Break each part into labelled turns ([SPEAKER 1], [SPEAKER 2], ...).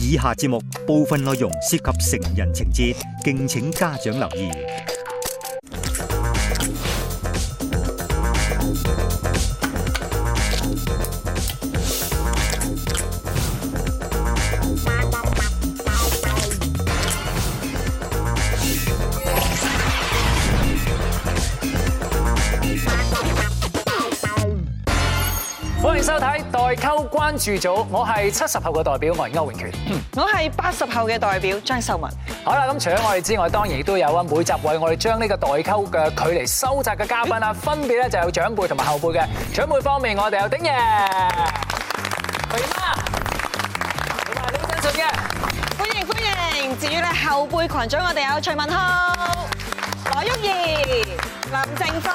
[SPEAKER 1] 以下節目部分內容涉及成人情節，敬請家長留意。
[SPEAKER 2] 歡迎收睇代溝關注組，我係七十後嘅代表，我係歐永權。
[SPEAKER 3] 我係八十後嘅代表張秀文，
[SPEAKER 2] 好啦，咁除咗我哋之外，當然亦都有啊，每集為我哋將呢個代溝嘅距離收窄嘅嘉賓啊，分別咧就有長輩同埋後輩嘅。長輩方面，我哋有鼎爺、肥媽同埋李振順嘅。
[SPEAKER 3] 歡迎歡迎。至於咧後輩群組，我哋有徐文浩、羅毓儀、林正峰、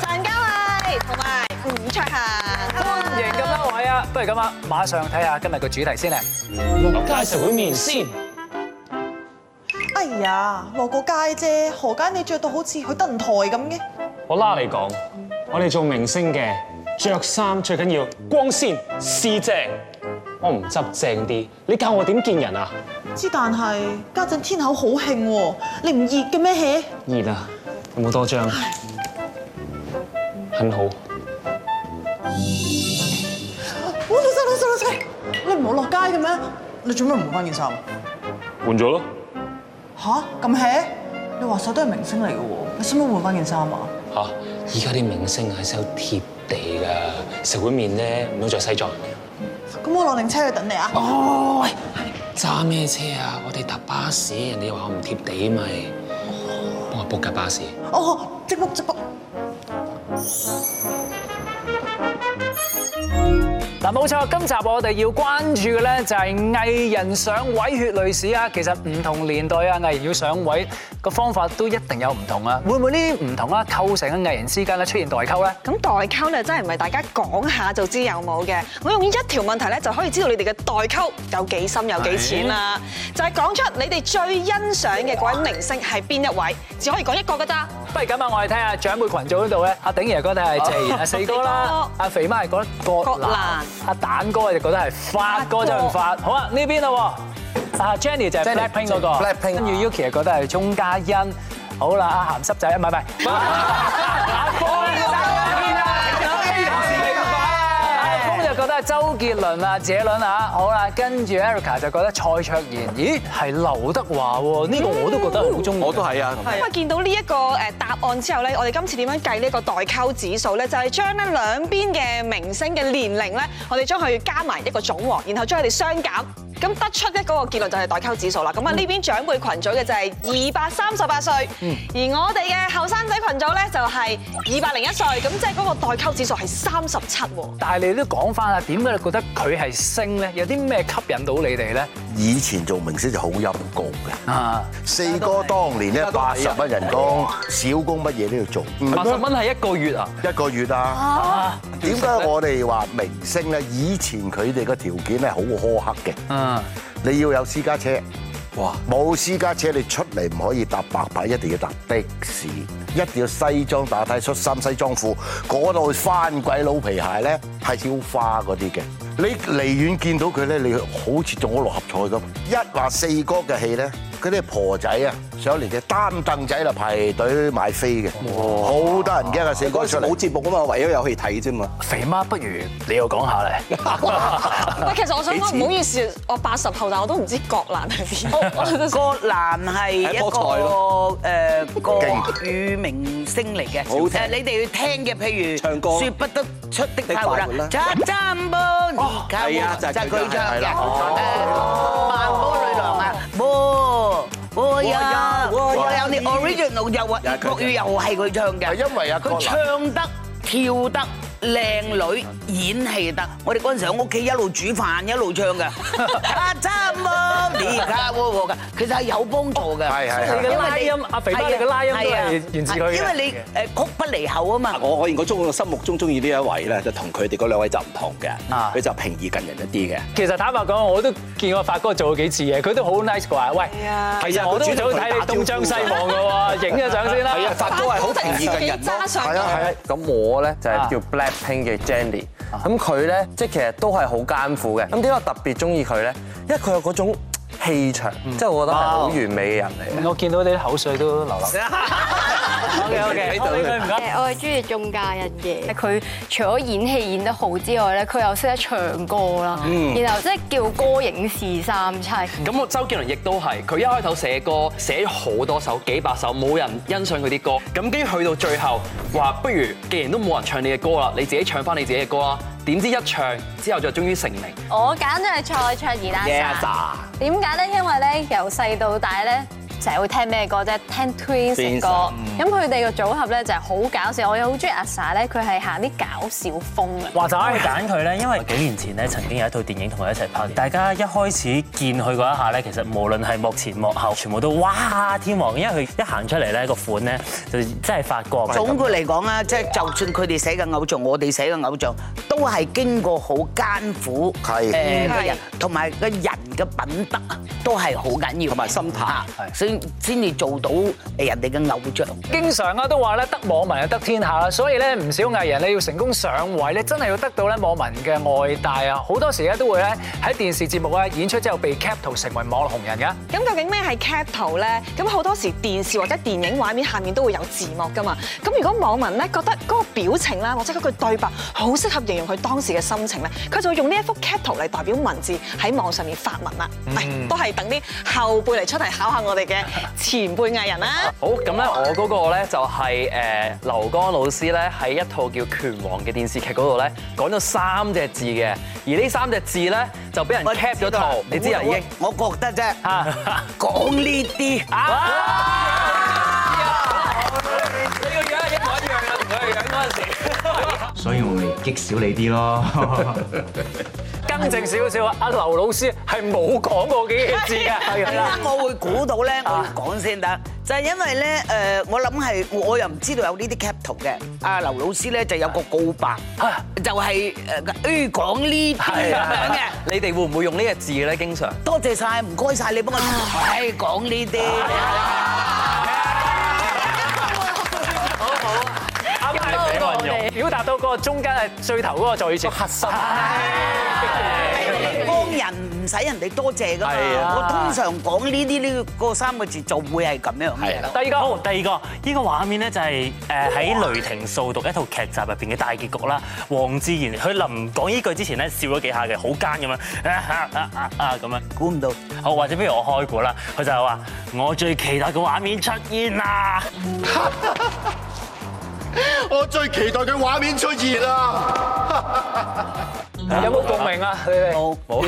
[SPEAKER 3] 陳嘉慧同埋吳卓
[SPEAKER 2] 歡
[SPEAKER 3] 恒。
[SPEAKER 2] 迎咁多位啊！不如咁啊，馬上睇下今日嘅主題先咧。
[SPEAKER 4] 落街食碗麵先。
[SPEAKER 5] 哎呀，落個街啫，何解你着到好似去登台咁嘅？
[SPEAKER 4] 我拉你講，我哋做明星嘅着衫最緊要光鮮四正。我唔執正啲，你教我點見人啊？
[SPEAKER 5] 之但係家陣天口好興喎，你唔熱嘅咩氣？
[SPEAKER 4] 熱啊！有冇多張？很好。
[SPEAKER 5] 我老細老細老細，你唔好落街嘅咩？你做咩唔換翻件衫？
[SPEAKER 6] 換咗咯，
[SPEAKER 5] 吓？咁氣？你話晒都係明星嚟嘅喎，你使唔使換翻件衫啊？
[SPEAKER 4] 嚇！而家啲明星係 sell 貼地㗎，食碗麵咧唔好着西裝。
[SPEAKER 5] 咁我落定車去等你啊！
[SPEAKER 4] 哦，喂，揸咩車啊？我哋搭巴士，人哋話我唔貼地咪，幫我 book 架巴士。
[SPEAKER 5] 哦，即刻即刻。
[SPEAKER 2] 嗱，冇錯，今集我哋要關注嘅咧就係藝人上位血淚史啊。其實唔同年代啊，藝人要上位個方法都一定有唔同啊。會唔會呢啲唔同啊構成嘅藝人之間咧出現代溝咧？
[SPEAKER 3] 咁代溝咧真係唔係大家講下就知有冇嘅，我用一條問題咧就可以知道你哋嘅代溝有幾深有幾淺啦。就係講出你哋最欣賞嘅嗰位明星係邊一位，只可以講一個㗎咋。
[SPEAKER 2] 不如咁啊，我哋睇下長輩群組嗰度咧，阿鼎爺覺得係謝賢，阿四哥啦
[SPEAKER 3] 哦四哥，
[SPEAKER 2] 阿肥媽係覺得郭
[SPEAKER 3] 郭
[SPEAKER 2] 蘭
[SPEAKER 3] 蘭，
[SPEAKER 2] 阿蛋哥就覺得係發哥周潤發。好啊，呢邊啦喎，阿 Jenny 就係
[SPEAKER 7] Jenny，
[SPEAKER 2] Blackpink 嗰個
[SPEAKER 7] Blackpink
[SPEAKER 2] 跟住 Yuki 係覺得係鐘嘉欣。好啦，阿鹹濕仔，唔係唔係， 阿峰阿峰就覺得係周杰倫啊、謝倫啊，好啦，跟住 Erica 就覺得蔡卓妍，咦係劉德華喎，呢個我都覺得好中意。
[SPEAKER 7] 我都係啊，
[SPEAKER 3] 咁啊，見到呢一個誒答案之後咧，我哋今次點樣計呢一個代溝指數咧？就係將咧兩邊嘅明星嘅年齡咧，我哋將佢加埋一個總和，然後將佢哋相減，咁得出一個結論就係代溝指數啦。咁啊，呢邊長輩群組嘅就係二百三十八歲，而我哋嘅後生仔群組咧就係二百零一歲，咁即係嗰個代溝指數係三十七喎。
[SPEAKER 2] 但係你都講翻啦，點解你覺得佢係星咧？有啲咩吸引到你哋咧？
[SPEAKER 8] 以前做明星就好陰功嘅，
[SPEAKER 2] 啊，
[SPEAKER 8] 四哥當年咧八十蚊人工，小工乜嘢都要做，
[SPEAKER 7] 八十蚊係一個月啊！
[SPEAKER 8] 一個月啊。點解我哋話明星咧？以前佢哋個條件係好苛刻嘅，
[SPEAKER 2] 嗯，
[SPEAKER 8] 你要有私家車，
[SPEAKER 7] 哇！
[SPEAKER 8] 冇私家車你出嚟唔可以搭白牌，一定要搭的士，一定要西裝打呔、恤衫、西裝褲，嗰度翻鬼佬皮鞋咧係挑花嗰啲嘅。你離遠見到佢咧，你好似中咗六合彩咁。一話四哥嘅戲咧，嗰啲婆仔啊，上年嘅擔凳仔啦，排隊買飛嘅，好得人驚啊！四哥
[SPEAKER 7] 嗰
[SPEAKER 8] 出
[SPEAKER 7] 時冇
[SPEAKER 8] 嚟，
[SPEAKER 7] 節目啊嘛，唯有有戲睇啫嘛。
[SPEAKER 2] 肥媽不如你又講下咧。
[SPEAKER 9] 喂，其實我想講唔好意思，我八十後，但我都唔知國 蘭係邊。
[SPEAKER 10] 個男係一
[SPEAKER 7] 喺菠菜
[SPEAKER 10] 個誒國
[SPEAKER 8] 勁
[SPEAKER 10] 語明星嚟嘅，
[SPEAKER 7] 好聽
[SPEAKER 10] 誒你哋要聽嘅，譬如
[SPEAKER 7] 唱歌
[SPEAKER 10] 説不得出的快活
[SPEAKER 7] 的快活啦
[SPEAKER 10] 啦，扎扎波尼卡
[SPEAKER 7] 係啊就係佢
[SPEAKER 10] 佢
[SPEAKER 7] 㗎
[SPEAKER 10] 唱
[SPEAKER 8] 係
[SPEAKER 10] 嘅，
[SPEAKER 8] 啦
[SPEAKER 10] 誒萬波女郎啊，波波呀，
[SPEAKER 7] 波呀
[SPEAKER 10] 我有你 original 又話
[SPEAKER 7] 係佢
[SPEAKER 10] 國語又係佢唱嘅，
[SPEAKER 8] 係因為啊
[SPEAKER 10] 佢
[SPEAKER 8] 郭蘭
[SPEAKER 10] 唱得跳得。靚女演戲得，我哋嗰陣時喺屋企一路煮飯一路唱 嘅，啊真啊，你而家喎喎嘅，其實係有幫助嘅。
[SPEAKER 8] 係係係
[SPEAKER 2] 你嘅
[SPEAKER 10] 因為
[SPEAKER 2] 拉音，阿肥媽你嘅拉音都係源自佢嘅
[SPEAKER 10] 因為你誒曲不離口啊嘛。
[SPEAKER 7] 我我如果中我心目中中意呢一位咧，就同佢哋嗰兩位就唔同嘅，
[SPEAKER 2] 啊
[SPEAKER 7] 佢就平易近人一啲嘅。
[SPEAKER 2] 其實坦白講，我都見過發哥做過幾次嘢，佢都好 nice 啩。喂，其實我都早睇你東張西望嘅喎，影咗相先啦。
[SPEAKER 7] 係啊，發哥係好平易近人咯。
[SPEAKER 9] 揸上
[SPEAKER 8] 係啊係啊，
[SPEAKER 11] 咁我咧就係叫 Blackpink 嘅 Jenny，
[SPEAKER 6] 咁佢咧即係其實都係好艱苦嘅。咁點解我特別中意佢咧？因為佢有嗰種氣場，即係我覺得係好完美嘅人嚟嘅。
[SPEAKER 2] 我見到你啲口水都流流。OK OK，我呢句唔該。
[SPEAKER 11] 誒，我係中意仲嫁人嘅。佢除咗演戲演得好之外咧，佢又識得唱歌
[SPEAKER 9] 啊
[SPEAKER 11] 啦，
[SPEAKER 12] 嗯
[SPEAKER 11] 然後即係叫歌影視三棲。
[SPEAKER 12] 咁
[SPEAKER 2] 啊
[SPEAKER 12] 我周杰倫亦都係，佢一開頭寫歌寫咗好多首，幾百首，冇人欣賞佢啲歌。咁跟住去到最後，話不如既然都冇人唱你嘅歌啦，你自己唱翻你自己嘅歌啦。點知一唱之後就終於成名。
[SPEAKER 13] 我揀咗係蔡卓宜啦。
[SPEAKER 12] 啊
[SPEAKER 13] 點解咧？因為咧由細到大咧，成日會聽咩歌啫？聽 Twins 嘅
[SPEAKER 12] Twins
[SPEAKER 13] 歌
[SPEAKER 12] 啊嗯。
[SPEAKER 13] 咁佢哋個組合咧就係好搞笑，我又好中意阿 sa 咧，佢係行啲搞笑風啊嘅。
[SPEAKER 14] 話就可以揀佢咧，因為幾年前咧曾經有一套電影同佢一齊拍，大家一開始見佢嗰一下咧，其實無論係幕前幕後，全部都哇天王，因為佢一行出嚟咧個款咧就真係發光。
[SPEAKER 10] 總括嚟講啊，即係就算佢哋寫嘅偶像，我哋寫嘅偶像，都係經過好艱苦誒嘅人，同埋個人嘅品德啊，都係好緊要，同埋心態，所以先至做到誒人哋嘅偶像。
[SPEAKER 2] 經常啊都話咧，得網民就得天下啦，所以咧唔少藝人咧要成功上位咧，真係要得到咧網民嘅愛戴啊！好多時咧都會咧喺電視節目啊演出之後被 cap 圖成為網絡紅人㗎。
[SPEAKER 3] 咁究竟咩係 cap 圖咧？咁好多時電視或者電影畫面下面都會有字幕噶嘛。咁如果網民咧覺得嗰個表情啦，或者嗰句對白好適合形容佢當時嘅心情咧，佢就會用呢一幅 cap 圖嚟代表文字喺網上面發文啦。哎
[SPEAKER 12] 嗯
[SPEAKER 3] 都係等啲後輩嚟出題考下我哋 嘅前輩藝人啦。
[SPEAKER 12] 好，咁咧我嗰個咧就係誒劉江老師咧喺一套叫《拳王》嘅電視劇嗰度咧講咗三隻字嘅，而呢三隻字咧就俾人 cap 咗圖，你知啊
[SPEAKER 14] 啊
[SPEAKER 12] 人已經。
[SPEAKER 10] 我覺得啫，講呢啲
[SPEAKER 12] 你個樣一模一樣啊，同佢個樣嗰陣時。
[SPEAKER 15] 所以我咪激少你啲咯。
[SPEAKER 2] 更正少少啊，阿劉老師係冇講過幾個字嘅，
[SPEAKER 10] 點解我會估到咧？我要講先得，就係因為咧誒，我諗係我又唔知道有呢啲 cap 圖嘅。阿劉老師咧就有個告白，就係誒誒講呢啲咁樣嘅。
[SPEAKER 12] 你哋會唔會用呢個字咧？經常
[SPEAKER 10] 多謝晒，唔該晒你幫我，唉講呢啲。
[SPEAKER 2] 啱啱寫運用，表達到嗰個中間係最頭嗰個最值核心。
[SPEAKER 12] 啊
[SPEAKER 10] 幫人唔使人哋多謝噶嘛。
[SPEAKER 2] 係啊
[SPEAKER 10] 我通常講呢啲呢個嗰三個字就會係咁樣嘅。
[SPEAKER 14] 第二個好，第二個呢個畫面咧就係誒喺雷霆掃毒一套劇集入邊嘅大結局啦。黃智賢佢臨講呢句之前咧笑咗幾下嘅，好奸咁樣啊啊啊啊咁樣，
[SPEAKER 10] 估唔到。
[SPEAKER 14] 好，或者不如我開估啦，佢就係話我最期待嘅畫面出現啦。
[SPEAKER 8] 我最期待嘅畫面出現啦！
[SPEAKER 2] 有冇共鳴啊？你哋冇冇
[SPEAKER 3] 我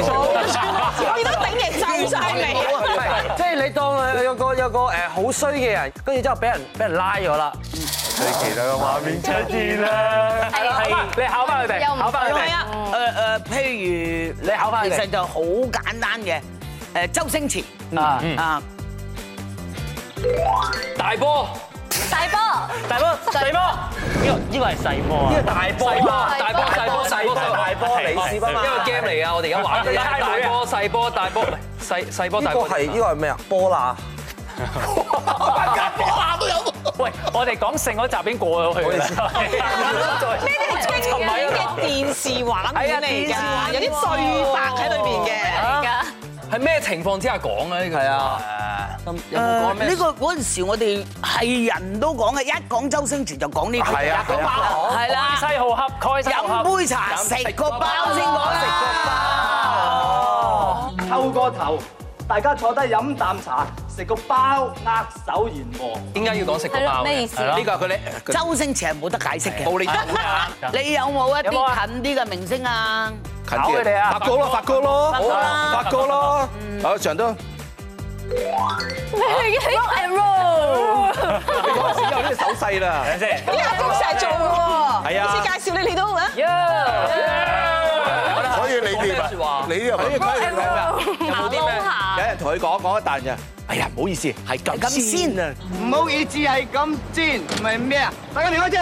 [SPEAKER 3] 而家頂人皺晒眉啊！
[SPEAKER 6] 即係你當佢有個有個誒好衰嘅人，跟住之後俾人俾人拉咗啦。最期待嘅畫面出現啦！
[SPEAKER 2] 係啦係你考返佢哋考返佢哋
[SPEAKER 10] 係啊，誒誒，譬如你
[SPEAKER 2] 考返佢哋
[SPEAKER 10] 其實就好簡單嘅，誒周星馳
[SPEAKER 2] 啊
[SPEAKER 10] 啊，
[SPEAKER 12] 大波，
[SPEAKER 13] 大波，
[SPEAKER 14] 大波，大波，呢個呢個係細波啊，呢個
[SPEAKER 12] 大波大波細波細波大波李斯啊嘛，一個 game 嚟啊！我哋而家玩嘅大波細波大波唔係細細波
[SPEAKER 6] 呢
[SPEAKER 12] 大
[SPEAKER 6] 個
[SPEAKER 12] 波。
[SPEAKER 6] 係呢個係咩啊？波啦！
[SPEAKER 2] 喂，我哋講性嗰集已經過咗 去啦。
[SPEAKER 3] 呢啲係經典嘅電啊視畫面哦嚟㗎，有啲對白喺裏邊嘅。
[SPEAKER 12] 係咩情況之下講啊？呢個係啊，有冇
[SPEAKER 10] 誒
[SPEAKER 12] 講咩
[SPEAKER 10] 呢？個嗰陣時我哋係人都講嘅，一講周星馳就講呢個，
[SPEAKER 12] 係啊
[SPEAKER 10] 講
[SPEAKER 12] 係啊
[SPEAKER 10] 係啦，
[SPEAKER 2] 開西好恰，開西好恰
[SPEAKER 10] 飲杯茶食個包先講啦，
[SPEAKER 16] 透個頭，大家坐低飲啖茶，食個包，握手言和。
[SPEAKER 12] 點解要講食
[SPEAKER 10] 包
[SPEAKER 12] 個
[SPEAKER 10] 嘅係咯咩意思呢個係佢
[SPEAKER 16] 哋
[SPEAKER 10] 周星馳係冇得解釋嘅，
[SPEAKER 16] 冇理由
[SPEAKER 12] 啊
[SPEAKER 10] 你有冇一
[SPEAKER 12] 有冇啊
[SPEAKER 10] 啲近啲嘅明星啊？
[SPEAKER 7] 近啲發哥咯，發哥咯，
[SPEAKER 10] 發哥啦
[SPEAKER 7] 發哥咯，啊長都。
[SPEAKER 13] 咩 rock and roll？
[SPEAKER 7] 你嗰陣時有呢啲手勢啦，係咪先？
[SPEAKER 3] 啲阿公成日做嘅喎，
[SPEAKER 7] 係啊
[SPEAKER 3] 好似介紹你你都啊。
[SPEAKER 7] 所以你
[SPEAKER 12] 哋
[SPEAKER 7] 你呢個
[SPEAKER 3] 係佢係佢啊
[SPEAKER 7] 有冇啲咩？有人同佢講講一啖就，哎呀唔好意思，係咁先啊！
[SPEAKER 16] 唔好意思，係咁先，唔係咩啊？大家嚟開車。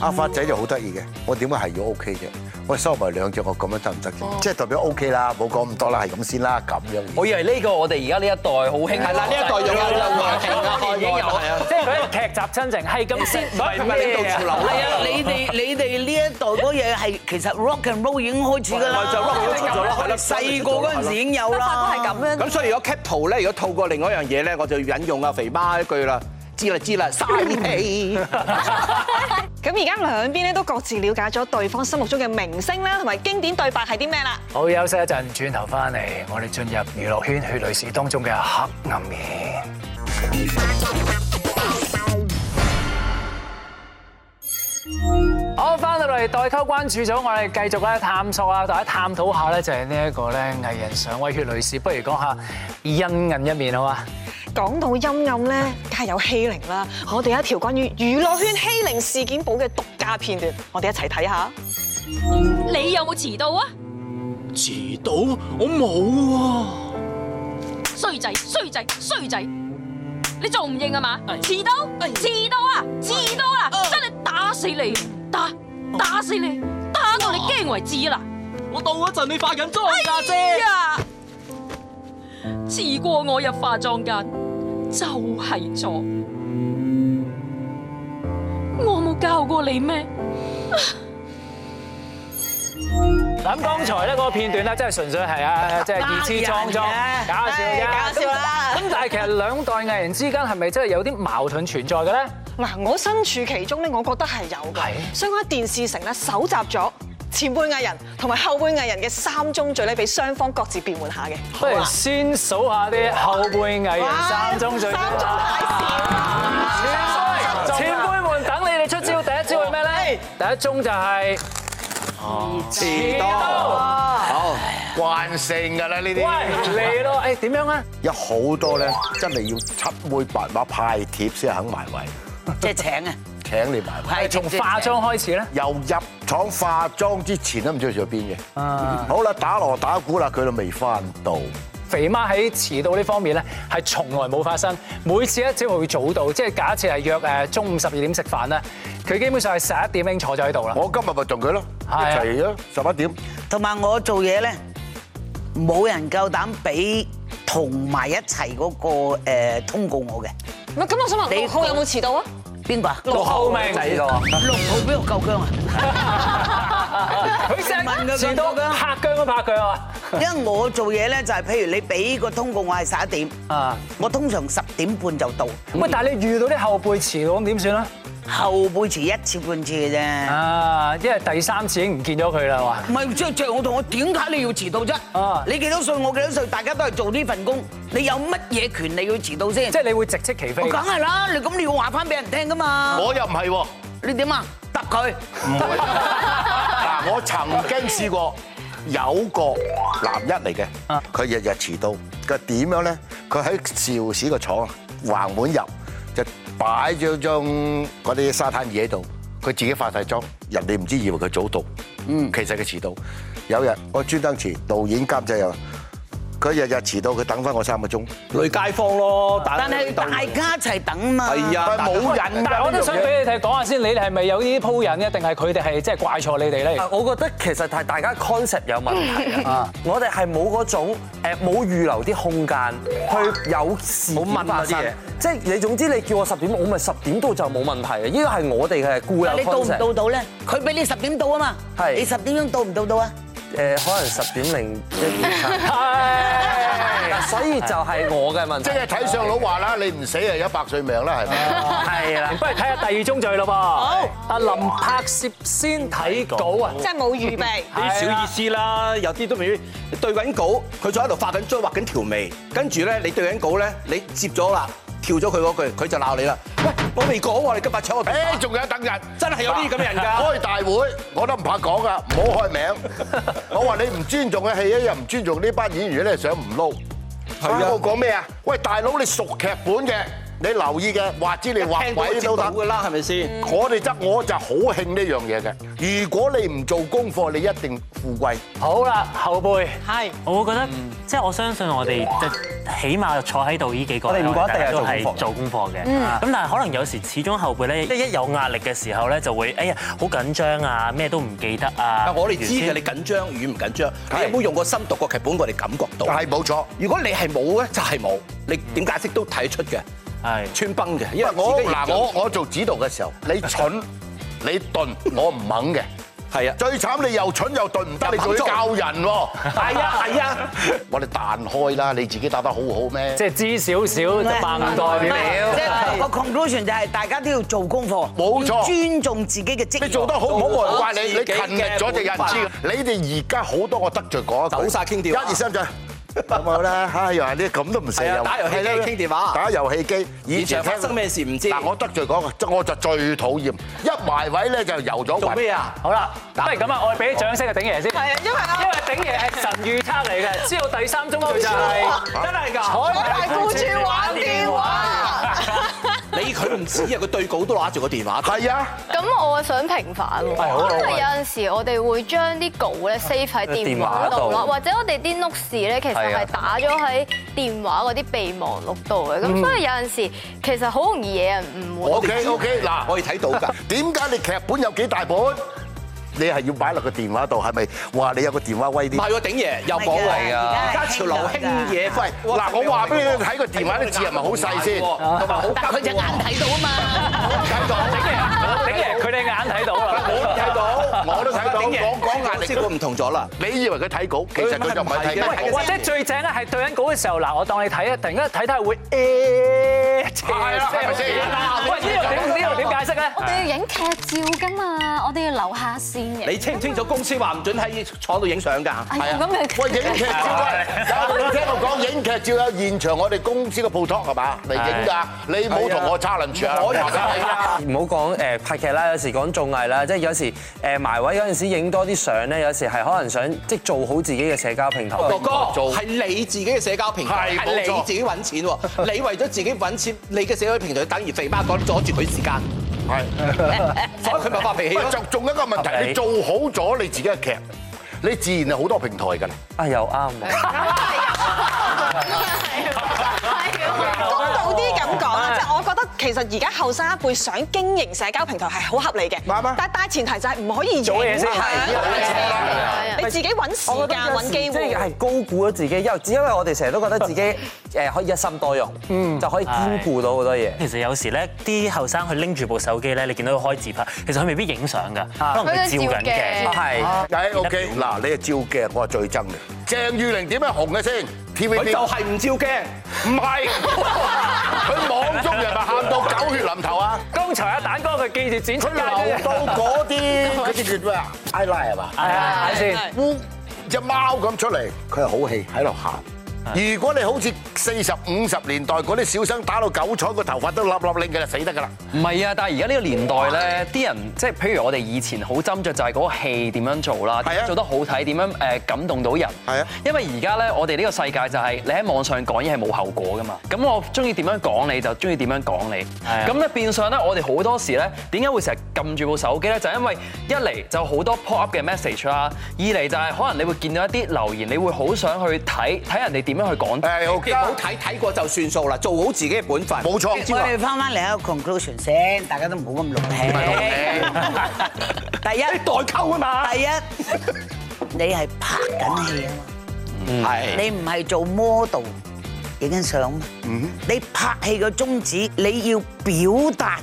[SPEAKER 8] 阿發仔就好得意嘅，我點解係要 OK 啫？喂，收埋兩隻我咁樣得唔得啫？即係代表 OK 啦，冇講咁多啦，係咁先啦，咁樣。
[SPEAKER 12] 我以為呢個我哋而家呢一代好興，
[SPEAKER 8] 係啦呢一代用啊用啊用啊
[SPEAKER 12] 已經有
[SPEAKER 8] 係啊
[SPEAKER 2] 即係嗰啲劇集真情係咁先，唔係
[SPEAKER 10] 係啊！你哋你哋呢一代嗰嘢係其實 rock and roll 已經開始㗎啦，
[SPEAKER 7] 就 rock and roll 出咗啦
[SPEAKER 10] 我哋細個嗰陣時已經有啦，
[SPEAKER 7] 咁所以如果 cap 圖咧，如果套過另外一樣嘢咧，我就要引用阿肥媽一句啦，知啦知啦，嘥氣。
[SPEAKER 3] 咁而家兩邊咧都各自了解咗對方心目中嘅明星啦，同埋經典對白係啲咩啦。
[SPEAKER 2] 好休息一陣，轉頭翻嚟，我哋進入娛樂圈血淚史當中嘅黑暗面。好，翻到嚟代溝關注組，我哋繼續咧探索啊，大家探討下咧就係呢一個咧藝人上位血淚史，不如講下陰暗一面好嘛？
[SPEAKER 3] 講到陰暗咧，梗係有欺凌啦。我哋有一條關於娛樂圈欺凌事件簿嘅獨家片段，我哋一齊睇下。
[SPEAKER 17] 你有冇遲到啊？
[SPEAKER 18] 遲到？我冇啊！
[SPEAKER 17] 衰仔，衰仔，衰仔！你仲唔認啊嘛？遲到，遲到啊，遲到啦！真係打死你，打打死你，打到你驚為止啊啦！哦我到嗰陣你化緊妝啊㗎啫，遲過我入化妝間，就係錯。我冇教過你咩？
[SPEAKER 2] 嗱咁剛才咧嗰個片段咧，真係純粹係啊，即係二次裝裝搞笑啫，
[SPEAKER 3] 唉搞笑啦
[SPEAKER 2] 咁但係其實兩代藝人之間係咪真係有啲矛盾存在嘅咧？
[SPEAKER 3] 嗱，我身處其中咧，我覺得係有嘅。所以我喺電視城咧搜集咗前輩藝人同埋後輩藝人嘅三宗罪咧，俾雙方各自辯換下嘅。
[SPEAKER 2] 不如先數下啲後輩藝人三宗罪先啦。前輩，前輩們等你哋出招，第一招係咩咧？第一宗就係
[SPEAKER 8] 遲到好慣性㗎啦呢啲。
[SPEAKER 2] 喂 嚟咯，誒點樣啊？
[SPEAKER 8] 有好多咧，真係要七妹八馬派貼先肯埋位，
[SPEAKER 10] 即係請啊！
[SPEAKER 8] 請你埋位。
[SPEAKER 10] 係從化妝
[SPEAKER 2] 開始咧？
[SPEAKER 8] 由入廠化妝之前都唔知佢去咗邊嘅。好啦，打鑼打鼓啦，佢都未翻到。
[SPEAKER 2] 肥媽喺遲到呢方面咧，係從來冇發生。每次咧只會早到，即係假設係約誒中午十二點食飯咧，佢基本上係十一點已經坐咗喺度啦。
[SPEAKER 8] 我今日咪同佢咯，
[SPEAKER 2] 係啊
[SPEAKER 8] 一齊咯，十一點。
[SPEAKER 10] 同埋我做嘢咧，冇人夠膽俾同埋一齊嗰個誒通告我嘅。
[SPEAKER 9] 唔係咁，我想問六號有冇遲到啊？
[SPEAKER 10] 邊個啊？
[SPEAKER 2] 六號明
[SPEAKER 10] 六號邊個夠姜啊？
[SPEAKER 2] 佢成日遲到㗎，拍姜都拍佢啊！
[SPEAKER 10] 因為我做嘢咧就係，譬如你俾個通告我係十一點，
[SPEAKER 2] 啊，
[SPEAKER 10] 我通常十點半就到。
[SPEAKER 2] 喂，但係你遇到啲後輩遲到咁點算啊？
[SPEAKER 10] 後輩遲一次半次嘅啫。
[SPEAKER 2] À. 啊，因為第三次已經唔見咗佢啦，話
[SPEAKER 10] 唔係即係即係我同我點解你要遲到啫？啊！你幾多歲？我幾多歲？大家都係做呢份工，你有乜嘢權利要遲到先？
[SPEAKER 2] 即係你會直斥其非。
[SPEAKER 10] 梗係啦，你咁你要話翻俾人聽噶嘛。
[SPEAKER 8] 我又唔係喎，
[SPEAKER 10] 你點啊？揼佢？
[SPEAKER 8] 嗱，我曾經試過有個男一嚟嘅，佢日日遲到。佢點樣咧？佢喺肇事個廠橫門入，就擺咗張嗰啲沙灘椅喺度。佢自己化晒妝，人哋唔知以為佢早到，其實佢遲到。有日我專登遲，導演監製又話佢日日遲到，佢等翻我三個鐘。
[SPEAKER 7] 累街坊咯，
[SPEAKER 10] 但係大家一齊等嘛。
[SPEAKER 7] 係啊但係冇人
[SPEAKER 2] 但
[SPEAKER 7] 㗎
[SPEAKER 2] 係我都想俾你哋講下先，你哋係咪有呢啲鋪癮咧？定係佢哋係即係怪錯你哋咧？
[SPEAKER 6] 我覺得其實係大家 concept 有 問題啊！我哋係冇嗰種誒冇預留啲空間去有事件發生
[SPEAKER 12] 冇問嗰啲嘢，
[SPEAKER 6] 即係你總之你叫我十點，我咪十點到就冇問題嘅。呢個係我哋嘅固有
[SPEAKER 10] 但
[SPEAKER 6] concept。
[SPEAKER 10] 你到唔到到咧？佢俾你十點到啊嘛。
[SPEAKER 6] 係
[SPEAKER 10] 你十點鐘到唔到到啊？
[SPEAKER 6] 誒，可能十點零一點三，所以就係我嘅問題。
[SPEAKER 8] 即係睇上佬話啦，你唔死啊，有百歲命啦，係咪？
[SPEAKER 2] 係啦，不如睇下第二宗罪咯噃。好，阿林柏攝先睇稿啊，
[SPEAKER 3] 即係冇預備。
[SPEAKER 7] 啲小意思啦，有啲都未必對緊稿，佢仲喺度化緊妝、畫緊條眉，跟住咧你對緊稿咧，你接咗啦，跳咗佢嗰句，佢就鬧你啦。喂，我未講喎，你今日搶我。
[SPEAKER 8] 誒，仲有等人，
[SPEAKER 7] 真係有呢啲咁嘅人㗎。
[SPEAKER 8] 開大會我都唔怕講噶，唔好開名。我話你唔尊重嘅戲咧，又唔尊重呢班演員咧，想唔撈。係啊，我講咩啊？喂，大佬你熟劇本嘅，你留意嘅畫之你畫鬼都得噶啦，係咪先？我哋則我就好興呢樣嘢嘅。如果你唔做功課，你一定富貴。
[SPEAKER 2] 好啦，後輩，
[SPEAKER 14] 係，我會覺得即係我相信我哋即係起碼坐喺度呢幾個，
[SPEAKER 6] 我哋唔覺得
[SPEAKER 14] 大家
[SPEAKER 6] 一定係
[SPEAKER 14] 都係
[SPEAKER 6] 做
[SPEAKER 14] 做功課嘅。
[SPEAKER 6] 嗯
[SPEAKER 14] 咁但係可能有時始終後輩咧，即係一有壓力嘅時候咧，就會哎呀好緊張啊，咩都唔記得啊。
[SPEAKER 7] 但我哋知嘅，你緊張與唔緊張，你有冇用過心讀過劇本，我哋感覺到。係
[SPEAKER 8] 冇錯。
[SPEAKER 7] 如果你係冇咧，就係冇，你點解釋都睇得出嘅。
[SPEAKER 14] 係
[SPEAKER 7] 穿崩嘅，因
[SPEAKER 8] 因
[SPEAKER 7] 為
[SPEAKER 8] 為我
[SPEAKER 7] 自己
[SPEAKER 8] 嗱我我做指導嘅時候，你蠢你鈍，我唔肯嘅。
[SPEAKER 7] 係啊，
[SPEAKER 8] 最慘你又蠢又鈍唔得，你仲要教人喎。
[SPEAKER 7] 係啊係啊，
[SPEAKER 8] 我哋彈開啦，你自己打得好好咩？
[SPEAKER 2] 即係知少少就扮代表。
[SPEAKER 10] 即啊係個 conclusion 就係大家都要做功課，
[SPEAKER 8] 冇錯
[SPEAKER 10] 要尊重自己嘅職業。
[SPEAKER 8] 你做得好唔好冇人怪你，你勤力咗就有人知嘅。你哋而家好多我得罪嗰一句，
[SPEAKER 7] 走晒傾電話
[SPEAKER 8] 一二三 就。咁好啦，唉，又係呢咁都唔死
[SPEAKER 7] 係啊打遊戲機
[SPEAKER 8] 係啦
[SPEAKER 7] 傾電話
[SPEAKER 8] 打遊戲機。
[SPEAKER 7] 以前發生咩事唔知
[SPEAKER 8] 嗱，我得罪講，我就最討厭一埋位咧就遊咗魂。
[SPEAKER 2] 做咩啊？好啦，不如咁啊，我哋俾啲掌聲啊，頂爺先。
[SPEAKER 3] 係啊，因為
[SPEAKER 2] 因為頂爺係神預測嚟嘅，知道第三宗罪就係
[SPEAKER 7] 真係㗎
[SPEAKER 2] 彩排
[SPEAKER 3] 顧住玩 電話。
[SPEAKER 7] 你佢唔知啊，佢對稿都攞住個電話。
[SPEAKER 8] 係啊，
[SPEAKER 11] 咁我想平反
[SPEAKER 7] 係好啊
[SPEAKER 11] 喎，因為有陣時我哋會將啲稿咧 save 喺電話度啦，
[SPEAKER 7] 電話度
[SPEAKER 11] 或者我哋啲 notes 咧其實
[SPEAKER 7] 係啊
[SPEAKER 11] 係打咗喺電話嗰啲備忘錄度嘅，咁
[SPEAKER 8] 嗯
[SPEAKER 11] 所以有陣時其實好容易惹人誤會。
[SPEAKER 8] O K O K，嗱，
[SPEAKER 7] 可以睇到㗎。
[SPEAKER 8] 點解你劇本有幾大本？你係要擺落個電話度，係咪？哇！你有個電話威啲。
[SPEAKER 7] 唔係喎頂爺又冇嚟㗎而家係興㗎
[SPEAKER 8] 喂，嗱，我話俾你睇個電話啲字係咪好 細先？同埋好急
[SPEAKER 10] 佢隻眼睇到啊嘛，
[SPEAKER 8] 睇到。
[SPEAKER 2] 頂爺，佢哋眼睇到啦，
[SPEAKER 8] 我睇到，我都睇到。
[SPEAKER 7] 頂爺
[SPEAKER 8] 講講 壓力
[SPEAKER 7] 先個唔同咗啦。
[SPEAKER 8] 你以為佢睇稿，其實佢就唔係
[SPEAKER 7] 佢唔
[SPEAKER 8] 睇
[SPEAKER 7] 係
[SPEAKER 8] 緊
[SPEAKER 7] 睇
[SPEAKER 11] 啊
[SPEAKER 8] 稿
[SPEAKER 2] 或。者最正咧係對緊稿嘅時候，嗱，我當你睇啊，突然間睇睇下 會誒，
[SPEAKER 8] 係
[SPEAKER 11] 啊
[SPEAKER 8] 啦係咪先
[SPEAKER 2] 喂，呢度點呢度點解釋咧？
[SPEAKER 13] 我哋要影劇照噶嘛，我哋要留下線嘅。
[SPEAKER 7] 你清唔清楚公司話唔準喺廠度影相㗎？
[SPEAKER 9] 哎
[SPEAKER 13] 係啊咁樣
[SPEAKER 8] 喂，影劇照啊！有你聽我講影劇照有現場我哋公司嘅鋪頭係嘛嚟影㗎？你冇同我差輪住啊！
[SPEAKER 6] 我又
[SPEAKER 2] à.
[SPEAKER 6] 唔好講誒拍劇啦，有時講綜藝啦，即係有時誒埋位嗰陣時影多啲相咧，有時係可能想即係做好自己嘅社交平
[SPEAKER 2] 哦
[SPEAKER 7] 哥
[SPEAKER 6] 台。
[SPEAKER 7] 哥，係你自己嘅社交平台，
[SPEAKER 6] 係
[SPEAKER 7] 係
[SPEAKER 6] 冇錯
[SPEAKER 7] 你自己揾錢喎。 你為咗自己揾錢，你嘅社交平台等於肥媽講阻住佢時間。
[SPEAKER 8] 係，
[SPEAKER 7] 所以佢咪發脾氣咯
[SPEAKER 8] 喂。就仲有一個問題，你做好咗你自己嘅劇，你自然係好多平台㗎啦。
[SPEAKER 6] 啊，又啱
[SPEAKER 3] 公道啲咁講啦，即係我覺得其實而家後生一輩想經營社交平台係好合理嘅，但係大前提就係唔可以
[SPEAKER 6] 做嘢先
[SPEAKER 3] 影響
[SPEAKER 6] 係
[SPEAKER 3] 你自己揾時
[SPEAKER 6] 我覺
[SPEAKER 3] 間
[SPEAKER 6] 得有時
[SPEAKER 3] 揾機
[SPEAKER 6] 即係
[SPEAKER 3] 會。
[SPEAKER 6] 係高估咗自己，因為因為我哋成日都覺得自己誒可以一心多用，
[SPEAKER 2] 嗯
[SPEAKER 6] 就可以兼顧到好多嘢。
[SPEAKER 14] 其實有時咧，啲後生佢拎住部手機咧，你見到佢開自拍，其實佢未必影相㗎，可能佢照緊鏡。
[SPEAKER 8] 係 OK，嗱，你係照鏡，我係最憎嘅。鄭裕玲點樣紅嘅先？TVB
[SPEAKER 7] 佢就係唔照鏡，
[SPEAKER 8] 唔係，佢網中人咪喊到狗血淋頭啊！
[SPEAKER 2] 剛才阿蛋哥佢記住剪出
[SPEAKER 8] 佢
[SPEAKER 2] 街
[SPEAKER 8] 流到嗰啲嗰啲叫咩啊？eyeliner 係嘛？
[SPEAKER 2] 係係係先
[SPEAKER 8] 烏只貓咁出嚟，佢係好戲喺度喊。如果你好似四十五十年代嗰啲小生打到九彩，個頭髮都笠笠令嘅，就死得㗎啦！
[SPEAKER 12] 唔係啊，但係而家呢個年代咧，啲人即係譬如我哋以前好斟酌就係嗰個戲點樣做啦，做得好睇，點樣誒感動到人。係啊，因為而家咧，我哋呢個世界就係你喺網上講嘢係冇後果噶嘛。咁我中意點樣講你就中意點樣講你。
[SPEAKER 14] 啊
[SPEAKER 12] 咁咧變相咧，我哋好多時咧，點解會成日撳住部手機咧？就係因為一嚟就好多 pop up 嘅 message 啦，二嚟就係可能你會見到一啲留言，你會好想去睇睇人哋點樣去講。
[SPEAKER 8] 誒，好
[SPEAKER 7] 唔好睇睇過就算數啦，做好自己嘅本分。冇
[SPEAKER 10] 我
[SPEAKER 8] 啊
[SPEAKER 10] 哋翻翻嚟一個 conclusion 先，大家都唔好咁怒氣。 第一，
[SPEAKER 2] 哎
[SPEAKER 10] 代溝啊嘛。第一，你係拍緊戲啊嘛，
[SPEAKER 7] 係
[SPEAKER 10] 你唔係做 model 影緊相嘛。你拍戲嘅宗旨，你要表達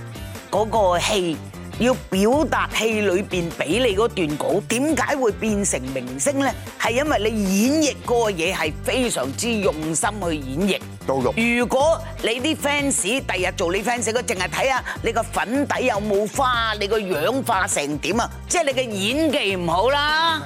[SPEAKER 10] 嗰個戲。要表達戲裏邊俾你嗰段稿，點解會變成明星呢？係因為你演繹嗰個嘢係非常之用心去演繹。
[SPEAKER 8] 到肉。
[SPEAKER 10] 如果你啲 fans 第日做你 fans，佢淨係睇下你個粉底有冇花，你個樣化成點啊？ 即係你嘅演技唔好 啦。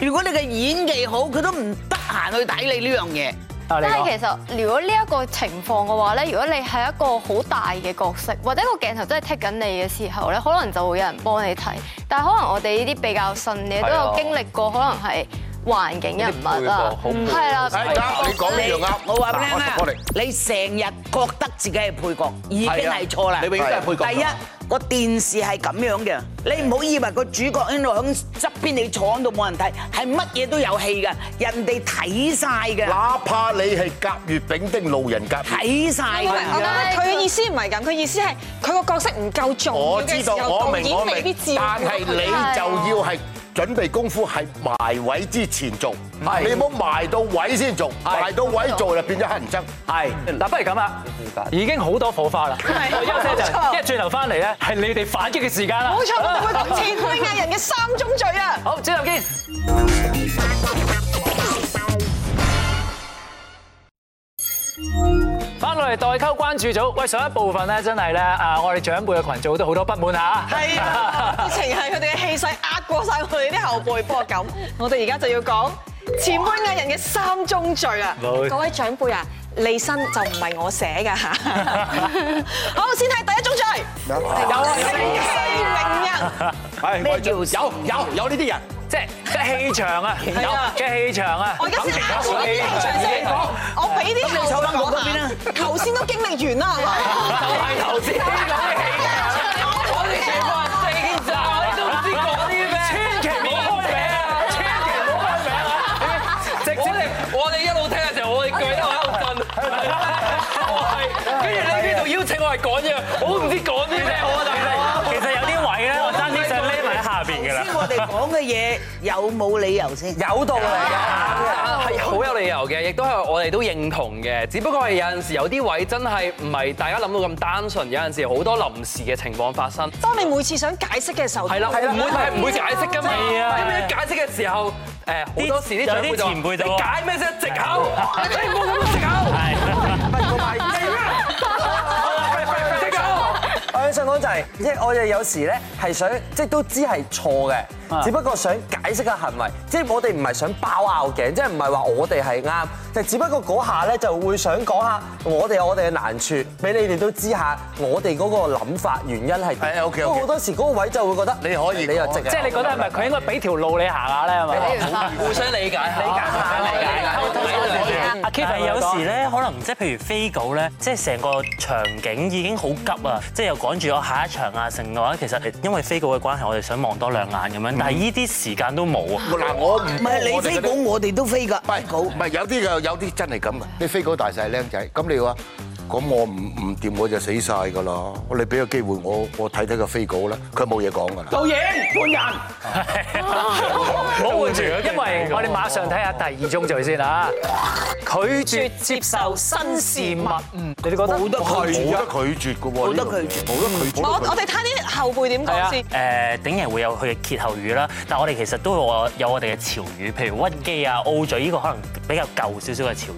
[SPEAKER 10] 如果你嘅演技好，佢都唔得閒去睇你呢樣嘢。
[SPEAKER 2] 啊
[SPEAKER 11] 即係其實，如果呢一個情況嘅話咧，如果你係一個好大嘅角色，或者個鏡頭真係剔緊你嘅時候咧，可能就會有人幫你睇。但係可能我哋呢啲比較新嘅，
[SPEAKER 13] 係
[SPEAKER 11] 都
[SPEAKER 13] 啊
[SPEAKER 11] 有經歷過，可能係環境人物
[SPEAKER 6] 有啲
[SPEAKER 11] 啊
[SPEAKER 6] 配角好，
[SPEAKER 3] 嗯
[SPEAKER 6] 配角
[SPEAKER 11] 係啦，
[SPEAKER 6] 係啱你講呢樣啱
[SPEAKER 10] 我話俾你聽
[SPEAKER 6] 嗱
[SPEAKER 10] 啊
[SPEAKER 6] 我 support，
[SPEAKER 10] 你成日覺得自己係配角，已經
[SPEAKER 6] 係啊
[SPEAKER 10] 係錯啦。
[SPEAKER 6] 你永遠都係配角㗎
[SPEAKER 10] 第一個電視係咁樣嘅，你唔好以為個主角喺度響側邊，你坐喺度冇人睇，係乜嘢都有戲㗎，人哋睇晒㗎。
[SPEAKER 8] 哪怕你係甲乙丙丁路人甲乙，
[SPEAKER 10] 睇晒
[SPEAKER 3] 我覺得佢嘅意思唔係咁，佢意思係佢個角色唔夠重
[SPEAKER 8] 我
[SPEAKER 3] 要嘅
[SPEAKER 8] 知
[SPEAKER 3] 時
[SPEAKER 8] 道，
[SPEAKER 3] 候，
[SPEAKER 8] 我
[SPEAKER 3] 導
[SPEAKER 8] 明我
[SPEAKER 3] 演未必
[SPEAKER 8] 明
[SPEAKER 3] 照，顧
[SPEAKER 8] 但係你就要係準備功夫係埋位之前做，你唔好埋到位先做，埋到位做就變咗黑人憎。
[SPEAKER 2] 係，嗱，不如咁啦，已經好多火花啦，
[SPEAKER 3] 係
[SPEAKER 2] 我休息一
[SPEAKER 3] 冇錯
[SPEAKER 2] 陣，一轉頭翻嚟咧，係你哋反擊嘅時間啦。
[SPEAKER 3] 冇錯，我哋會講前輩藝人嘅三宗罪 啊！
[SPEAKER 2] 好，轉頭見。翻到嚟代溝關注組，喂上一部分咧真係咧啊，我哋長輩嘅群組都好多不滿嚇。
[SPEAKER 3] 係啊，直情係佢哋嘅氣勢壓過晒我哋啲後輩波咁。我哋而家就要講前輩藝人嘅三宗罪啦。
[SPEAKER 2] 冇
[SPEAKER 3] 各位長輩啊，利申就唔係我寫 㗎嚇。好，先睇第一宗罪。
[SPEAKER 8] 有
[SPEAKER 3] 啊
[SPEAKER 2] 啊
[SPEAKER 7] 係
[SPEAKER 2] 咩叫有
[SPEAKER 7] 有有呢啲人，
[SPEAKER 2] 即係即係氣場啊，有嘅氣場啊。
[SPEAKER 3] 我而家先壓住啲氣場先
[SPEAKER 2] 講，
[SPEAKER 3] 我俾啲後輩講啊。頭先都經歷完啦，係咪？
[SPEAKER 2] 就係頭先講嘅氣場。我哋成個四集都唔知講啲咩，千祈唔好開名啊！千祈唔好開名啊！直接
[SPEAKER 12] 我哋一路聽嘅時候，我哋攰得我喺度瞓，我係跟住你呢度邀請我係講嘢，我都唔知講啲咩好啊，大佬。
[SPEAKER 14] 其實有啲位咧，我爭啲想匿埋喺下邊㗎啦。
[SPEAKER 10] 先我哋講嘅嘢有冇理由先？
[SPEAKER 12] 有道理
[SPEAKER 10] Dạ.
[SPEAKER 12] 係好有理由嘅，亦都係我哋都認同嘅。只不過係有陣時有啲位真係唔係大家諗到咁單純，有陣時好多臨時嘅情況發生。
[SPEAKER 3] 當你每次想解釋嘅時候，
[SPEAKER 12] 係啦，唔會係唔會解釋㗎嘛。
[SPEAKER 3] 係啊
[SPEAKER 12] 咁你解釋嘅時候，誒好多時啲長
[SPEAKER 14] 有啲前輩
[SPEAKER 12] 輩
[SPEAKER 14] 就
[SPEAKER 12] 就話你解咩啫？藉口，
[SPEAKER 14] 哎
[SPEAKER 12] 你唔好咁藉口。
[SPEAKER 6] 我想講就係，即係我哋有時咧係想，即係都知係錯嘅，只不過想解釋個行為，即係我哋唔係想爆拗頸，即係唔係話我哋係啱，就只不過嗰下咧就會想講下我哋有我哋嘅難處，俾你哋都知下我哋嗰個諗法原因係點。
[SPEAKER 8] OK，OK
[SPEAKER 6] 不過好多時嗰個位就會覺得你可以，你又啊直，
[SPEAKER 2] 即係你覺得係咪佢應該俾條路你行下咧？係咪？
[SPEAKER 12] 互相理解下，理解下，理解啊下，
[SPEAKER 2] 阿 K
[SPEAKER 14] 但係有時咧，可能即係譬如飛狗咧，即係成個場景已經好急啊，即係又趕住我下一場啊，成嘅話，其實因為飛狗嘅關係，我哋想望多兩眼咁樣，
[SPEAKER 12] 嗯
[SPEAKER 14] 但係呢啲時間都冇啊。
[SPEAKER 8] 嗱，我唔
[SPEAKER 10] 唔係你飛稿，我哋都飛㗎。
[SPEAKER 8] 飛稿唔係有啲嘅，有啲真係咁嘅。你飛稿大細僆仔，咁你話咁我唔唔掂我就死晒㗎啦。你俾個機會我，我睇睇個飛稿啦，佢冇嘢講㗎啦。
[SPEAKER 16] 導演換人。
[SPEAKER 2] 唔好換住，因為我哋馬上睇下第二宗罪先啊！拒絕接受新事物，嗯，你哋覺得冇得
[SPEAKER 8] 冇得拒絕㗎喎，冇得拒絕，冇得拒絕。
[SPEAKER 3] 我我哋睇啲後輩點
[SPEAKER 2] 啊
[SPEAKER 3] 講先。
[SPEAKER 14] 誒頂呃人會有佢嘅歇後語啦，但係我哋其實都有有我哋嘅潮語，譬如屈機啊、O 嘴呢個可能比較舊少少嘅潮語，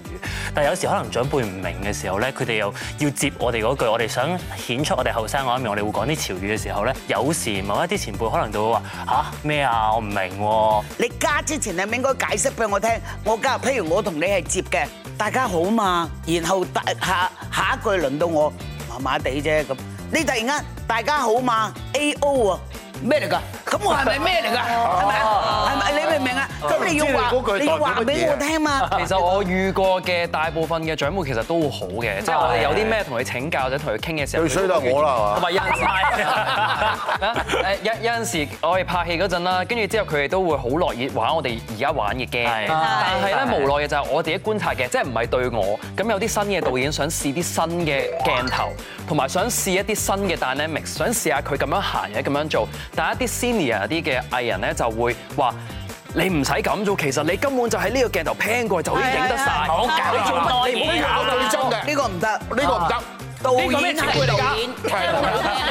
[SPEAKER 14] 但係有時可能長輩唔明嘅時候咧，佢哋又要接我哋嗰句，我哋想顯出我哋後生嗰一面，我哋會講啲潮語嘅時候咧，有時某一啲前輩可能就會話吓咩啊，我唔明喎。
[SPEAKER 10] 你加之前係咪應該解釋俾我聽？我加，譬如我同你係接嘅，大家好嘛？然後大下下一句輪到我，麻麻地啫咁。你突然間大家好嘛？A O 啊，咩嚟㗎？咁我係咪咩嚟㗎？係咪啊？係咪你明唔明啊？咁你要話你要話俾我聽嘛？
[SPEAKER 12] 其實我遇過嘅大部分嘅長輩其實都好嘅，即係我哋有啲咩同佢請教或者同佢傾嘅時候，
[SPEAKER 8] 最衰都係我啦係嘛
[SPEAKER 12] 同埋有陣 時誒哎有有陣時我哋拍戲嗰陣啦，跟住之後佢哋都會好樂意玩我哋而家玩嘅 game，但係咧無奈嘅就係我自己觀察嘅，即係唔係對我咁有啲新嘅導演想試啲新嘅鏡頭，同埋想試一啲新嘅 dynamics，想試下佢咁樣行嘅咁樣做，但係一啲 senior 啲嘅藝人咧就會話。你唔使咁做，其實你根本就喺呢個鏡頭 pan 過去就已經影得晒。
[SPEAKER 10] 唔好搞
[SPEAKER 12] 你做
[SPEAKER 10] 咁多
[SPEAKER 12] 乜？
[SPEAKER 10] 嘢
[SPEAKER 12] 你唔好搞對真嘅。
[SPEAKER 10] 呢個唔得，呢
[SPEAKER 12] 個唔得
[SPEAKER 10] 導
[SPEAKER 12] 呢個咩
[SPEAKER 10] 演
[SPEAKER 12] 前輩
[SPEAKER 10] 係
[SPEAKER 12] 嚟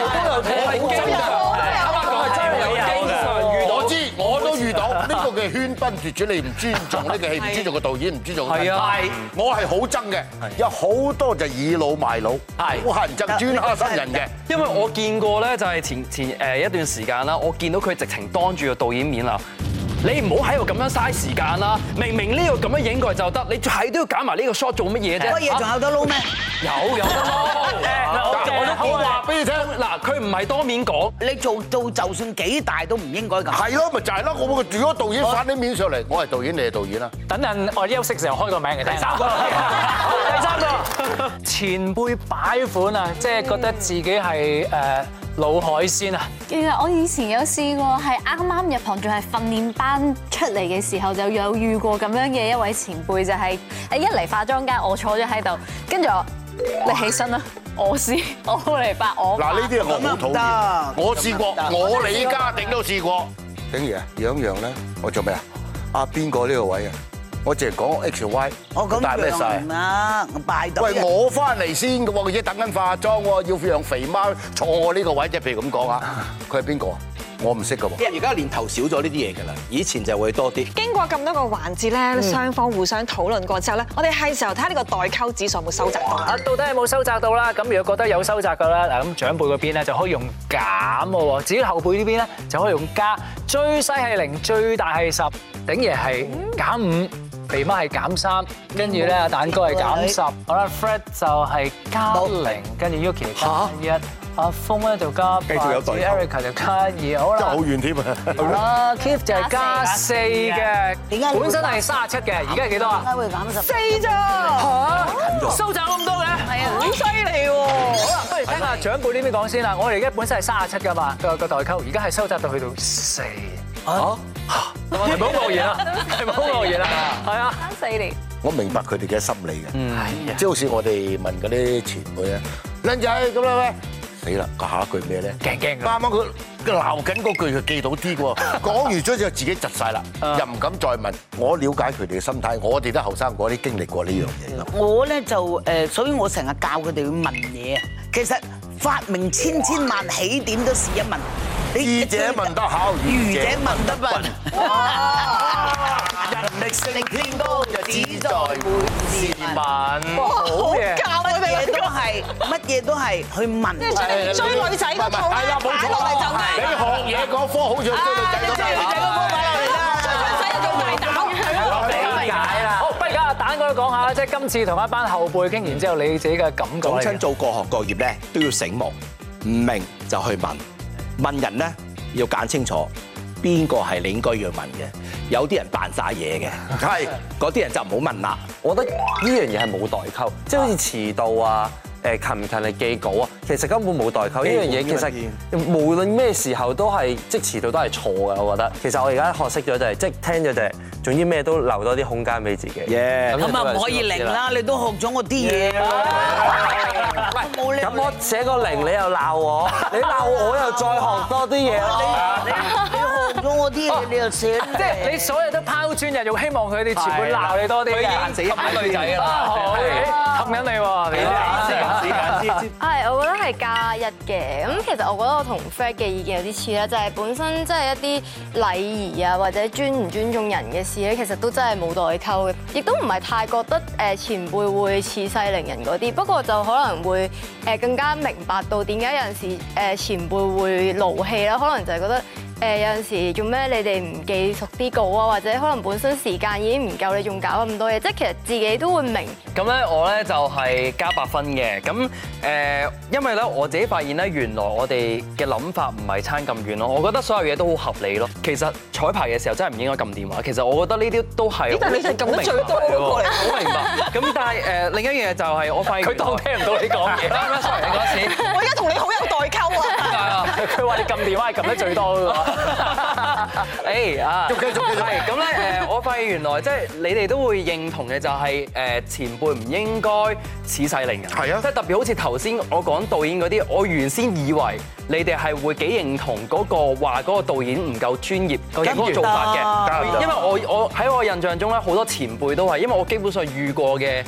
[SPEAKER 12] 㗎
[SPEAKER 10] 導演，
[SPEAKER 8] 我知，我都遇到呢個嘅喧賓奪主，你唔尊重呢個戲，唔尊重個導演，唔尊重個
[SPEAKER 12] 係啊係
[SPEAKER 8] 我係好憎嘅，有好多就以老賣老，好乞人憎，專蝦新人嘅。
[SPEAKER 12] 因為呃我見過咧，就係前前誒一段時間啦，我見到佢直情當住個導演面鬧，你唔好喺度咁樣嘥時間啦！明明呢個咁樣影過嚟就得，你係都要揀埋呢個 shot 做乜嘢啫？啊
[SPEAKER 10] 嗰
[SPEAKER 2] Ờ.
[SPEAKER 10] 嘢仲有得撈咩？
[SPEAKER 12] 有有得 撈，我都好話俾你聽，嗱，佢唔係當面講，
[SPEAKER 10] 你做到就算幾大都唔應該咁。
[SPEAKER 8] 係咯，咪就係咯。我如果導演反啲面上嚟，我係導演，你係導演啦。
[SPEAKER 2] 等陣我哋休息嘅時候開個名嘅，第三個， 第三個前輩擺款啊，即係覺得自己係誒老海鮮啊，
[SPEAKER 13] 其實我以前有試過，係啱啱入行仲係訓練班出嚟嘅時候，就有遇過咁樣嘅一位前輩，就係、誒一嚟化妝間，我坐咗喺度，跟住我你起身啦，我試，我嚟扮我化。
[SPEAKER 8] 嗱，呢啲係我好啊討厭。我試過，我李家鼎都試過。鼎爺，樣樣咧，我做咩啊？啊，邊個呢個位啊？我淨係講 X Y，
[SPEAKER 10] 我哦咁
[SPEAKER 8] 大咩
[SPEAKER 10] 樣啊
[SPEAKER 8] 晒啊
[SPEAKER 10] 唔？啦，我拜到。
[SPEAKER 8] 喂，我翻嚟先嘅喎，佢而家等緊化妝喎，要讓肥媽坐我呢個位啫。譬如咁講啊，佢係邊個啊？我唔識嘅喎。
[SPEAKER 7] 而家年頭少咗呢啲嘢㗎啦，以前就會多啲。
[SPEAKER 3] 經過咁多個環節咧，雙方互相討論過之後咧，我哋係時候睇下呢個代溝指數有冇收窄到啦。
[SPEAKER 2] 啊到底有冇收窄到啦？咁如果覺得有收窄嘅啦，嗱咁長輩嗰邊咧就可以用減喎，至於後輩呢邊咧就可以用加，最細係零，最大係十，頂爺係減五。肥媽係減三，跟住咧蛋哥係減十，好啦，Fred 就係加零，跟住 Yuki 加一，阿峰咧就加
[SPEAKER 8] 繼續有代溝
[SPEAKER 2] Erica 就加二，好
[SPEAKER 8] 真係
[SPEAKER 2] 啦
[SPEAKER 8] 好。遠添
[SPEAKER 2] 好
[SPEAKER 8] 啊！
[SPEAKER 2] 啦，Keith 就係加四嘅，
[SPEAKER 10] 點解你會
[SPEAKER 2] 本身係三十七嘅，而家係幾多啊？
[SPEAKER 10] 點解會減十？
[SPEAKER 3] 四咋？
[SPEAKER 2] 嚇，收窄咁多嘅？
[SPEAKER 3] 係啊，好犀利喎！
[SPEAKER 2] 好啦，不如聽下長輩呢邊講先啦。我哋而家本身係三十七噶嘛，個個代溝，而家係收窄到去到四。
[SPEAKER 8] 啊
[SPEAKER 2] 係咪好愕然啊？ 係咪好愕然啊？係啊。
[SPEAKER 13] 三四年。
[SPEAKER 8] 我明白佢哋嘅心理嘅，即係好似我哋問嗰啲前輩啊，靚仔咁啦喂，死啦！佢下一句咩咧？
[SPEAKER 2] 驚驚
[SPEAKER 8] 啱啱佢佢鬧緊嗰句，佢記到啲喎。講完咗之後，自己窒晒啦，又唔敢再問。我了解佢哋嘅心態，我哋都後生嗰啲經歷過呢樣嘢啦。
[SPEAKER 10] 我咧就誒，所以我成日教佢哋去問嘢啊。其實發明千千萬，起點都是一問。
[SPEAKER 8] 智者問得巧，
[SPEAKER 10] 愚者問得笨。
[SPEAKER 8] 人力勝天高，就只在
[SPEAKER 2] 會問。
[SPEAKER 10] 好
[SPEAKER 2] 嘢
[SPEAKER 10] 教啊！乜嘢都係，乜嘢都係去問。
[SPEAKER 3] 即係追追女仔嗰套咧，擺落嚟就
[SPEAKER 8] 你
[SPEAKER 3] 啱。
[SPEAKER 8] 學嘢嗰科好似追女仔咁啊
[SPEAKER 3] 啊
[SPEAKER 2] 好，不如而家阿蛋哥講下啦，即係今次同一班後輩傾完之後，你自己嘅感覺
[SPEAKER 7] 講
[SPEAKER 2] 係
[SPEAKER 7] 親做各行各業咧都要醒目，唔明就去問，問人咧要揀清楚邊個係你應該要問嘅，有啲人扮晒嘢嘅，係嗰啲人就唔好問啦。
[SPEAKER 6] 我覺得呢樣嘢係冇代溝，即係好似遲到啊、誒勤唔勤力記稿啊，其實根本冇代溝。呢樣嘢其實無論咩時候都係，即係遲到都係錯嘅。我覺得其實我而家學識咗就係，即係聽咗就係，總之咩都留多啲空間俾自己。
[SPEAKER 10] 咁啊唔可以零啦，你都學咗我啲嘢啦。冇
[SPEAKER 8] Dạ.
[SPEAKER 10] 你
[SPEAKER 6] 咁我寫個零，你又 鬧我，你鬧我又再學多啲嘢啦。
[SPEAKER 10] 你學咗我啲嘢，你又寫。
[SPEAKER 2] 即係你所有都拋磚引玉，希望佢哋前輩鬧你多啲嘅。
[SPEAKER 12] 佢已經死咗女仔㗎啦
[SPEAKER 2] 啊好氹緊你喎，你啊
[SPEAKER 11] 係，我覺得係加一嘅。咁其實我覺得我同 Fred 嘅意見有啲似啦，就係本身即係一啲禮儀啊，或者尊唔尊重人嘅事咧，其實都真係冇代溝嘅，亦都唔係太覺得誒前輩會恃勢凌人嗰啲。不過就可能會誒更加明白到點解有陣時誒前輩會勞氣啦，可能就係覺得。誒有陣時做咩你哋唔記熟啲稿啊，或者可能本身時間已經唔夠，你仲搞咁多嘢，即係其實自己都會明
[SPEAKER 12] 咁咧，我咧就係加八分嘅。咁誒，因為咧我自己發現咧，原來我哋嘅諗法唔係差咁遠咯。我覺得所有嘢都好合理咯。其實彩排嘅時候真係唔應該撳電話。其實我覺得呢啲都係
[SPEAKER 3] 咦但係你係撳得最多嗰個嚟
[SPEAKER 12] 好明白。咁但係誒呃另一樣嘢就係我發現
[SPEAKER 2] 佢當聽唔到你講 嘢。
[SPEAKER 12] sorry，你講一次。
[SPEAKER 3] 我而家同你好有代溝啊！
[SPEAKER 2] 佢話你撳電話係撳得最多嘅
[SPEAKER 12] 誒啊，
[SPEAKER 2] 繼續繼續
[SPEAKER 12] 係咁咧誒，我發現原來即係你哋都會認同嘅就係誒前輩唔應該恃勢凌人，係啊，即係特別好似頭先我講導演嗰啲，我原先以為你哋係會幾認同嗰個話嗰個導演唔夠專業嘅嗰個做法
[SPEAKER 10] 梗係唔
[SPEAKER 12] 嘅，
[SPEAKER 10] 得
[SPEAKER 12] 因為我我喺我印象中咧好多前輩都係，因為我基本上遇過嘅。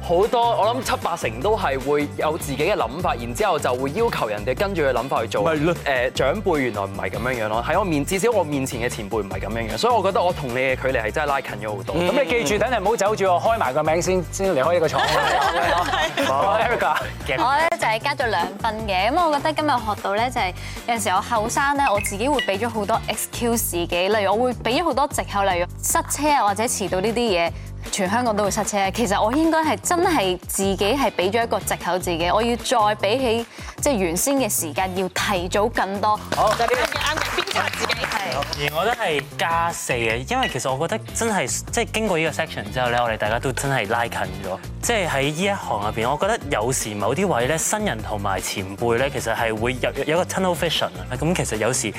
[SPEAKER 12] 好多我諗七八成都係會有自己嘅諗法，然之後就會要求人哋跟住佢諗法去做。係咯。誒長輩原來唔係咁樣樣咯，喺我面至少我面前嘅前輩唔係咁樣樣，所以我覺得我同你嘅距離係真係拉近咗好多。
[SPEAKER 2] 咁你記住，等陣唔好走住我，開埋個名先，先離開呢個 廠。好，Erica，
[SPEAKER 13] 我咧就係加咗兩分嘅，咁我覺得今日學到咧就係有陣時我後生咧，我自己會俾咗好多 excuse 自己，例如我會俾咗好多藉口，例如塞車啊或者遲到呢啲嘢，全香港都會塞車。其實我應該係真係自己係俾咗一個藉口自己，我要再比起即係原先嘅時間要提早更多。好，
[SPEAKER 3] 啱嘅啱嘅，鞭策自己係。
[SPEAKER 14] 而我都係加四嘅，因為其實我覺得真係即係經過呢個 section 之後咧，我哋大家都真係拉近咗。即係喺呢一行入邊，我覺得有時某啲位咧，新人同埋前輩咧，其實係會有有有一個 tunnel vision 啊。咁其實有時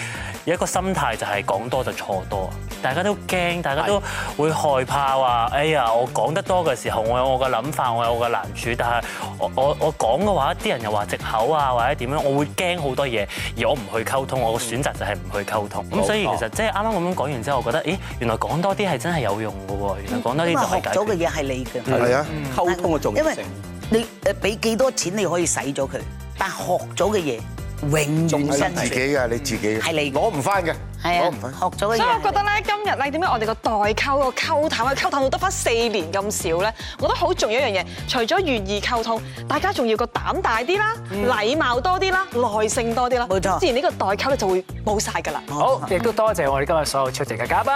[SPEAKER 14] 有一個心態就係講多就錯多，大家都驚，大家都會害怕話，哎呀，我講得多嘅時候，我有我嘅諗法，我有我嘅難處，但係我我我講嘅話，啲人又話藉口啊，或者點樣，我會驚好多嘢，而我唔去溝通，我嘅選擇就係唔去溝通。咁所以其實即係啱啱咁樣講完之後，我覺得，咦，原來講多啲係真係有用嘅喎，原來講多啲
[SPEAKER 10] 因為
[SPEAKER 14] 就
[SPEAKER 10] 啊學
[SPEAKER 14] 係解
[SPEAKER 10] 咗嘅
[SPEAKER 14] 決。
[SPEAKER 10] 嘢係你
[SPEAKER 8] Ừ.
[SPEAKER 10] 嘅，
[SPEAKER 14] 係啊
[SPEAKER 8] 嗯
[SPEAKER 10] 溝通嘅重要性。你誒俾幾多錢你可以使咗佢，但學咗嘅嘢永遠
[SPEAKER 8] 係
[SPEAKER 10] 新
[SPEAKER 8] 你自己嘅，你自己
[SPEAKER 10] 係你
[SPEAKER 8] 攞唔翻嘅，
[SPEAKER 10] 係
[SPEAKER 8] 攞
[SPEAKER 10] 啊
[SPEAKER 8] 唔翻。，
[SPEAKER 10] 學咗嘅
[SPEAKER 3] 所以我
[SPEAKER 10] 嘢。
[SPEAKER 3] 覺得咧，今日咧點解我哋個代溝個溝淡啊溝淡到得翻四年咁少咧？我覺得好重要一樣嘢，除咗願意溝通，大家仲要個膽大啲啦，禮貌多啲啦，耐性多啲啦。嗯冇錯，自然哦呢個代溝咧就會冇晒㗎啦。
[SPEAKER 2] 好，亦都多謝我哋今日所有出席嘅嘉賓。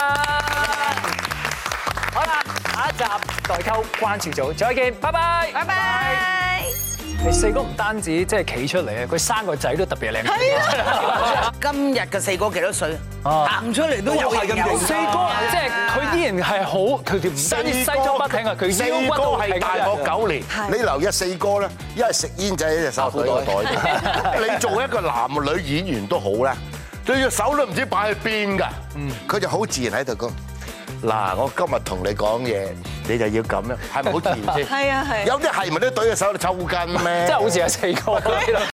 [SPEAKER 2] 好啦，下一集代溝關注組再見，拜拜，拜拜。你四哥唔單止即係企出嚟啊，佢生個仔都特別 靚。
[SPEAKER 10] 啊今日嘅四哥幾多歲？行出嚟都有啊
[SPEAKER 2] 係
[SPEAKER 10] 人有。
[SPEAKER 2] 四哥，
[SPEAKER 10] à.
[SPEAKER 2] 即係佢依然係好，佢條唔單止西裝筆挺啊，佢
[SPEAKER 8] 四
[SPEAKER 2] 腰骨
[SPEAKER 8] 哥
[SPEAKER 2] 都
[SPEAKER 8] 係
[SPEAKER 2] 係
[SPEAKER 8] 大我九年，你留意四哥咧，一係食煙仔，一係手袋個袋。 你做一個男女演員都好啦，佢隻手都唔知擺去邊㗎，佢就好自然喺度講。嗱，我今日同你講嘢，你就要咁樣，係咪好自然先？
[SPEAKER 3] 係啊係啊
[SPEAKER 8] 有啲係咪都懟隻手喺度抽筋咩？
[SPEAKER 2] 真係好似係四哥。